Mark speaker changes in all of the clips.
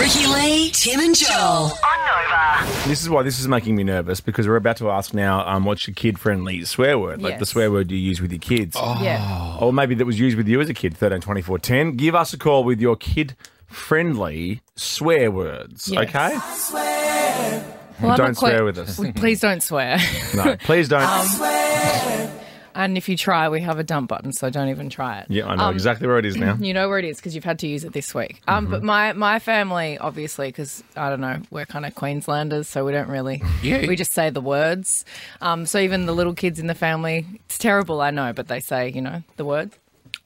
Speaker 1: Jackie, Tim, and Joel.
Speaker 2: This is why this is making me nervous because we're about to ask now um, what's your kid friendly swear word? Like the
Speaker 3: Yes.
Speaker 2: swear word you use with your kids.
Speaker 3: Oh. Yeah.
Speaker 2: Or maybe that was used with you as a kid, 13, 24, 10. Give us a call with your kid friendly swear words,
Speaker 3: Yes.
Speaker 2: okay?
Speaker 3: Well, I'm
Speaker 2: Don't
Speaker 3: not
Speaker 2: swear with us.
Speaker 3: Please don't swear.
Speaker 2: No, please don't.
Speaker 3: Um, and if you try, we have a dump button, so don't even try it.
Speaker 2: yeah, I know exactly where it is now.
Speaker 3: You know where it is because you've had to use it this week. Um, But my my family, obviously, because I don't know, we're kind of Queenslanders, so we don't really.
Speaker 4: Yeah.
Speaker 3: We just say the words. Um, so even the little kids in the family, it's terrible, I know, but they say, you know, the words.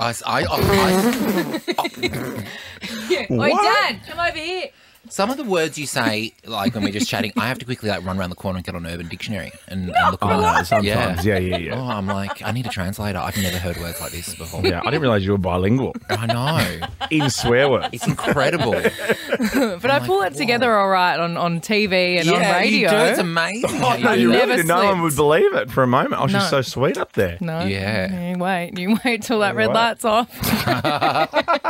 Speaker 4: I, I, oh, I,
Speaker 3: Oi, Dad, come over here.
Speaker 4: some of the words you say, like when we're just chatting, I have to quickly like run around the corner and get on Urban Dictionary and, and look
Speaker 2: Oh,
Speaker 4: them up.
Speaker 2: sometimes. Yeah, yeah, yeah.
Speaker 4: Oh, I'm like, I need a translator. I've never heard words like this before.
Speaker 2: Yeah, I didn't realize you were bilingual
Speaker 4: I know.
Speaker 2: in swear words.
Speaker 4: It's incredible.
Speaker 3: But I pull it together all right on, on TV and on radio.
Speaker 4: you do. It's amazing. how you
Speaker 2: No,
Speaker 4: do
Speaker 2: you
Speaker 4: that.
Speaker 2: really
Speaker 3: never
Speaker 2: did. No one would believe it for a moment. Oh, she's
Speaker 3: No.
Speaker 2: so sweet up there.
Speaker 3: no,
Speaker 4: Yeah.
Speaker 3: You wait. You wait till that red
Speaker 2: Right.
Speaker 3: light's off.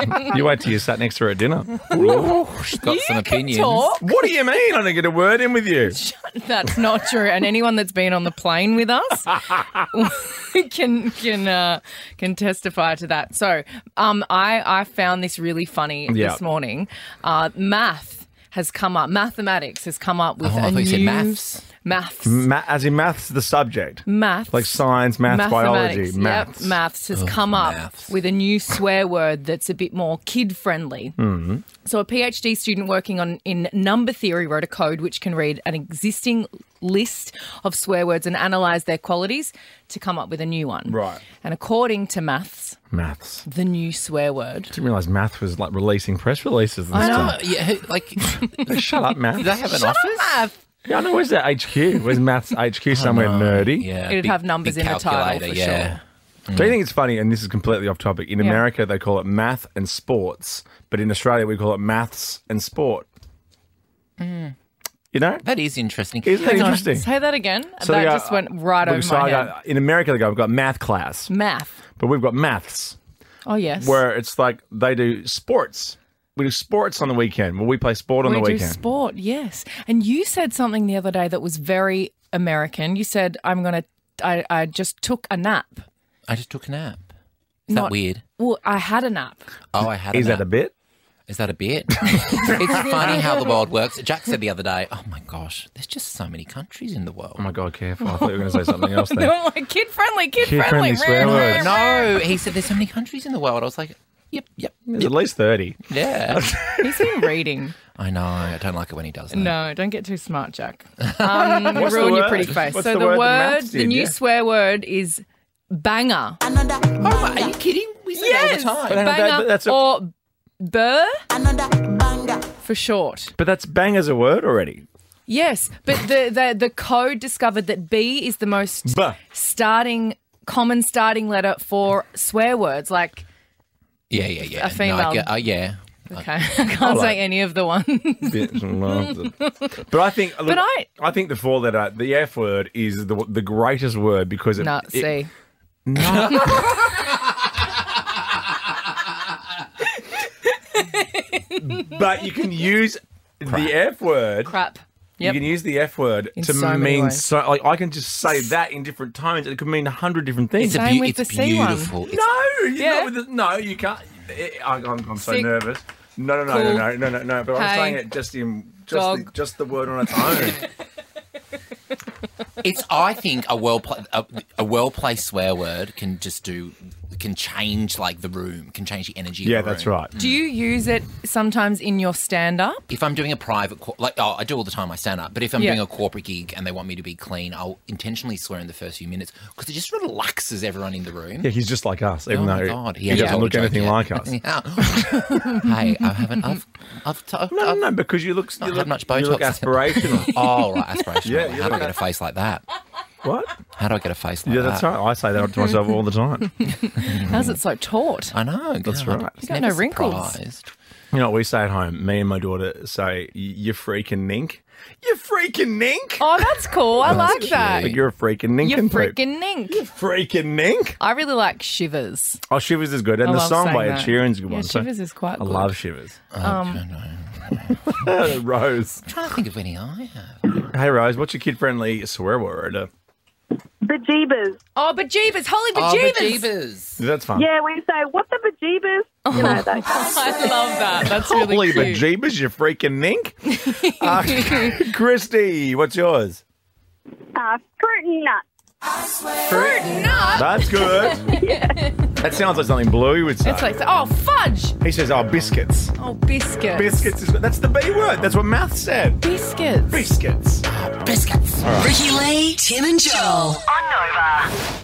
Speaker 2: You wait till you sat next to her at dinner.
Speaker 4: Ooh, she's got some opinions.
Speaker 3: Talk.
Speaker 2: What do you mean? I didn't get a word in with you.
Speaker 3: That's not true. And anyone that's been on the plane with us can can uh, can testify to that. So, um, I I found this really funny
Speaker 2: Yeah.
Speaker 3: this morning. Uh, math has come up. Mathematics has come up with
Speaker 4: Oh, I
Speaker 3: a
Speaker 4: thought
Speaker 3: new
Speaker 4: you said maths.
Speaker 3: Maths.
Speaker 2: Ma- as in maths, the subject.
Speaker 3: Maths.
Speaker 2: Like science, maths, biology,
Speaker 3: Mathematics.
Speaker 2: maths.
Speaker 3: Yep, maths has come up
Speaker 4: maths.
Speaker 3: with a new swear word that's a bit more kid friendly.
Speaker 2: Mm-hmm.
Speaker 3: So, a PhD student working on in number theory wrote a code which can read an existing list of swear words and analyze their qualities to come up with a new one.
Speaker 2: Right.
Speaker 3: And according to maths,
Speaker 2: Maths.
Speaker 3: the new swear word.
Speaker 2: Didn't realize math was like releasing press releases and
Speaker 4: No,
Speaker 2: stuff.
Speaker 4: yeah, who- like, do
Speaker 2: Shut up, math.
Speaker 4: they have an office?
Speaker 3: Math.
Speaker 2: yeah, I know. Where's that HQ? Where's maths HQ? Somewhere nerdy.
Speaker 4: Yeah,
Speaker 3: It'd have numbers in the title,
Speaker 4: calculator,
Speaker 3: for
Speaker 4: yeah.
Speaker 2: Do you think it's funny? And this is completely off topic. In
Speaker 3: Yeah.
Speaker 2: America, they call it math and sports, but in Australia, we call it maths and sport. You know,
Speaker 4: That is interesting.
Speaker 2: isn't that interesting?
Speaker 3: Mm. Say that again.
Speaker 2: they
Speaker 3: that
Speaker 2: go-
Speaker 3: just went right
Speaker 2: Look,
Speaker 3: over
Speaker 2: so
Speaker 3: my
Speaker 2: I
Speaker 3: head.
Speaker 2: go- in America, they go, "We've got math class,"
Speaker 3: Math.
Speaker 2: but we've got maths,
Speaker 3: Oh, yes.
Speaker 2: where it's like they do sports. We do sports on the weekend. Well, we play sport on
Speaker 3: we
Speaker 2: the
Speaker 3: do
Speaker 2: weekend.
Speaker 3: sport, yes. And you said something the other day that was very American. You said, "I'm gonna, I, I just took a nap.
Speaker 4: I just took a nap. Is
Speaker 3: Not-
Speaker 4: that weird?
Speaker 3: Well, I had a nap.
Speaker 4: Oh, I had.
Speaker 2: Is
Speaker 4: a nap.
Speaker 2: that a bit?
Speaker 4: Is that a bit? it's funny how the world works. Jack said the other day, "Oh my gosh, there's just so many countries in the world."
Speaker 2: Oh my god, careful! I thought you were going to say something else there.
Speaker 3: I'm like kid friendly, kid,
Speaker 2: Kid-friendly
Speaker 3: friendly.
Speaker 2: swear words.
Speaker 4: no, he said there's so many countries in the world. I was like, "Yep, yep,
Speaker 2: There's at least thirty.
Speaker 4: yeah."
Speaker 3: He's been reading.
Speaker 4: I know. I don't like it when he does that.
Speaker 3: No, don't get too smart, Jack. Um,
Speaker 2: What's the
Speaker 3: ruin your
Speaker 2: word?
Speaker 3: pretty face.
Speaker 2: What's
Speaker 3: so
Speaker 2: the
Speaker 3: the
Speaker 2: word that
Speaker 3: word,
Speaker 2: Max
Speaker 3: the
Speaker 2: did,
Speaker 3: new
Speaker 2: yeah?
Speaker 3: swear word is banger.
Speaker 4: Oh, my, are you kidding? We say
Speaker 3: Yes,
Speaker 4: that all the time.
Speaker 2: But that-
Speaker 3: banger
Speaker 2: that's a-
Speaker 3: or burr for short.
Speaker 2: But that's bang as a word already.
Speaker 3: Yes, but the, the the code discovered that B is the most
Speaker 2: Buh.
Speaker 3: starting common starting letter for swear words. Like
Speaker 4: Yeah, yeah, yeah.
Speaker 3: A female.
Speaker 4: No, I get- uh, yeah.
Speaker 3: okay, I can't
Speaker 2: like-
Speaker 3: say any of the ones.
Speaker 2: Bit- no. but I think. Look,
Speaker 3: I-
Speaker 2: think the four letter, the F word, is the the greatest word because it.
Speaker 3: no,
Speaker 2: it-
Speaker 3: see,
Speaker 2: But you can use the F word.
Speaker 3: crap. Yep.
Speaker 2: You can use the F word
Speaker 3: In
Speaker 2: to
Speaker 3: so many
Speaker 2: mean
Speaker 3: ways.
Speaker 2: so. Like I can just say that in different tones, and it could mean a hundred different things.
Speaker 4: It's, a
Speaker 3: Same
Speaker 4: beau-
Speaker 3: with
Speaker 4: it's
Speaker 3: the C one.
Speaker 4: beautiful. It's-
Speaker 2: no, you
Speaker 3: Yeah.
Speaker 2: with the, no, you can't. I, I'm, I'm so
Speaker 3: Sick.
Speaker 2: nervous. No, no, no,
Speaker 3: Cool.
Speaker 2: no, no, no, no, no. But I'm
Speaker 3: Hey.
Speaker 2: saying it just in just the,
Speaker 3: Dog.
Speaker 2: just the word on its own.
Speaker 4: It's, I think, a well pla- a, a well placed swear word can just do can change like the room, can change the energy. of
Speaker 2: yeah,
Speaker 4: the
Speaker 2: that's
Speaker 4: room.
Speaker 2: right.
Speaker 3: Do you use it sometimes in your stand up?
Speaker 4: If I'm doing a private, cor- like oh, I do all the time, I stand up. But if I'm
Speaker 3: Yeah.
Speaker 4: doing a corporate gig and they want me to be clean, I'll intentionally swear in the first few minutes because it just relaxes everyone in the room.
Speaker 2: Yeah, he's just like us, even
Speaker 4: Oh
Speaker 2: though
Speaker 4: my God,
Speaker 2: he,
Speaker 4: he hasn't
Speaker 2: doesn't
Speaker 4: told
Speaker 2: look
Speaker 4: a joke
Speaker 2: anything like
Speaker 4: yet.
Speaker 2: us.
Speaker 4: Yeah. hey, I haven't. I've, I've, t- I've,
Speaker 2: No,
Speaker 4: I've
Speaker 2: no, because you look, you
Speaker 4: not
Speaker 2: look
Speaker 4: had much Botox.
Speaker 2: You look aspirational.
Speaker 4: oh, right, aspirational.
Speaker 2: Yeah, you
Speaker 4: how do I
Speaker 2: look
Speaker 4: get a
Speaker 2: at-
Speaker 4: face like that?
Speaker 2: what?
Speaker 4: How do I get a face like
Speaker 2: Yeah,
Speaker 4: that?
Speaker 2: that's right. I say that to myself all the time. You
Speaker 3: How's it so taut?
Speaker 4: I know. That's
Speaker 2: right.
Speaker 3: You got no wrinkles.
Speaker 2: know what we say at home? Me and my daughter say, "Y- "You freaking nink, you freaking nink."
Speaker 3: Oh, that's cool. I like that.
Speaker 2: Like, you're a freaking nink.
Speaker 3: You're
Speaker 2: and poop.
Speaker 3: freaking nink.
Speaker 2: freaking nink.
Speaker 3: I really like shivers.
Speaker 2: Oh, Shivers is good, and
Speaker 3: I
Speaker 2: the
Speaker 3: love
Speaker 2: song
Speaker 3: saying
Speaker 2: by Ed
Speaker 3: that.
Speaker 2: Sheeran's a good
Speaker 3: Yeah,
Speaker 2: one. so-
Speaker 4: Oh,
Speaker 3: shivers is quite
Speaker 2: I
Speaker 3: good.
Speaker 2: love Shivers.
Speaker 4: Um,
Speaker 2: Rose.
Speaker 4: trying to think of any I have.
Speaker 2: Hey, Rose, what's your Uh, kid friendly swear word?
Speaker 1: Bejeebers.
Speaker 3: Oh, bejeebers. Holy
Speaker 4: Oh,
Speaker 3: bejeebers.
Speaker 4: bejeebers.
Speaker 2: That's fun.
Speaker 1: Yeah, we say, what the bejeebers? You know, that kind of-
Speaker 3: I love that. That's
Speaker 2: Holy
Speaker 3: really cute.
Speaker 2: bejeebers, you freaking nink. Uh, Christy, what's yours?
Speaker 1: uh, fruit and nuts.
Speaker 2: Fruit. That's good. That sounds like something Bluey would say.
Speaker 3: It's like, oh, fudge.
Speaker 2: he says, oh, biscuits.
Speaker 3: Oh, biscuits.
Speaker 2: Biscuits is, that's the B word. That's what math said.
Speaker 3: Biscuits.
Speaker 2: Biscuits.
Speaker 4: Biscuits.
Speaker 5: Ricky Lee, Tim and Joel.
Speaker 6: on Nova.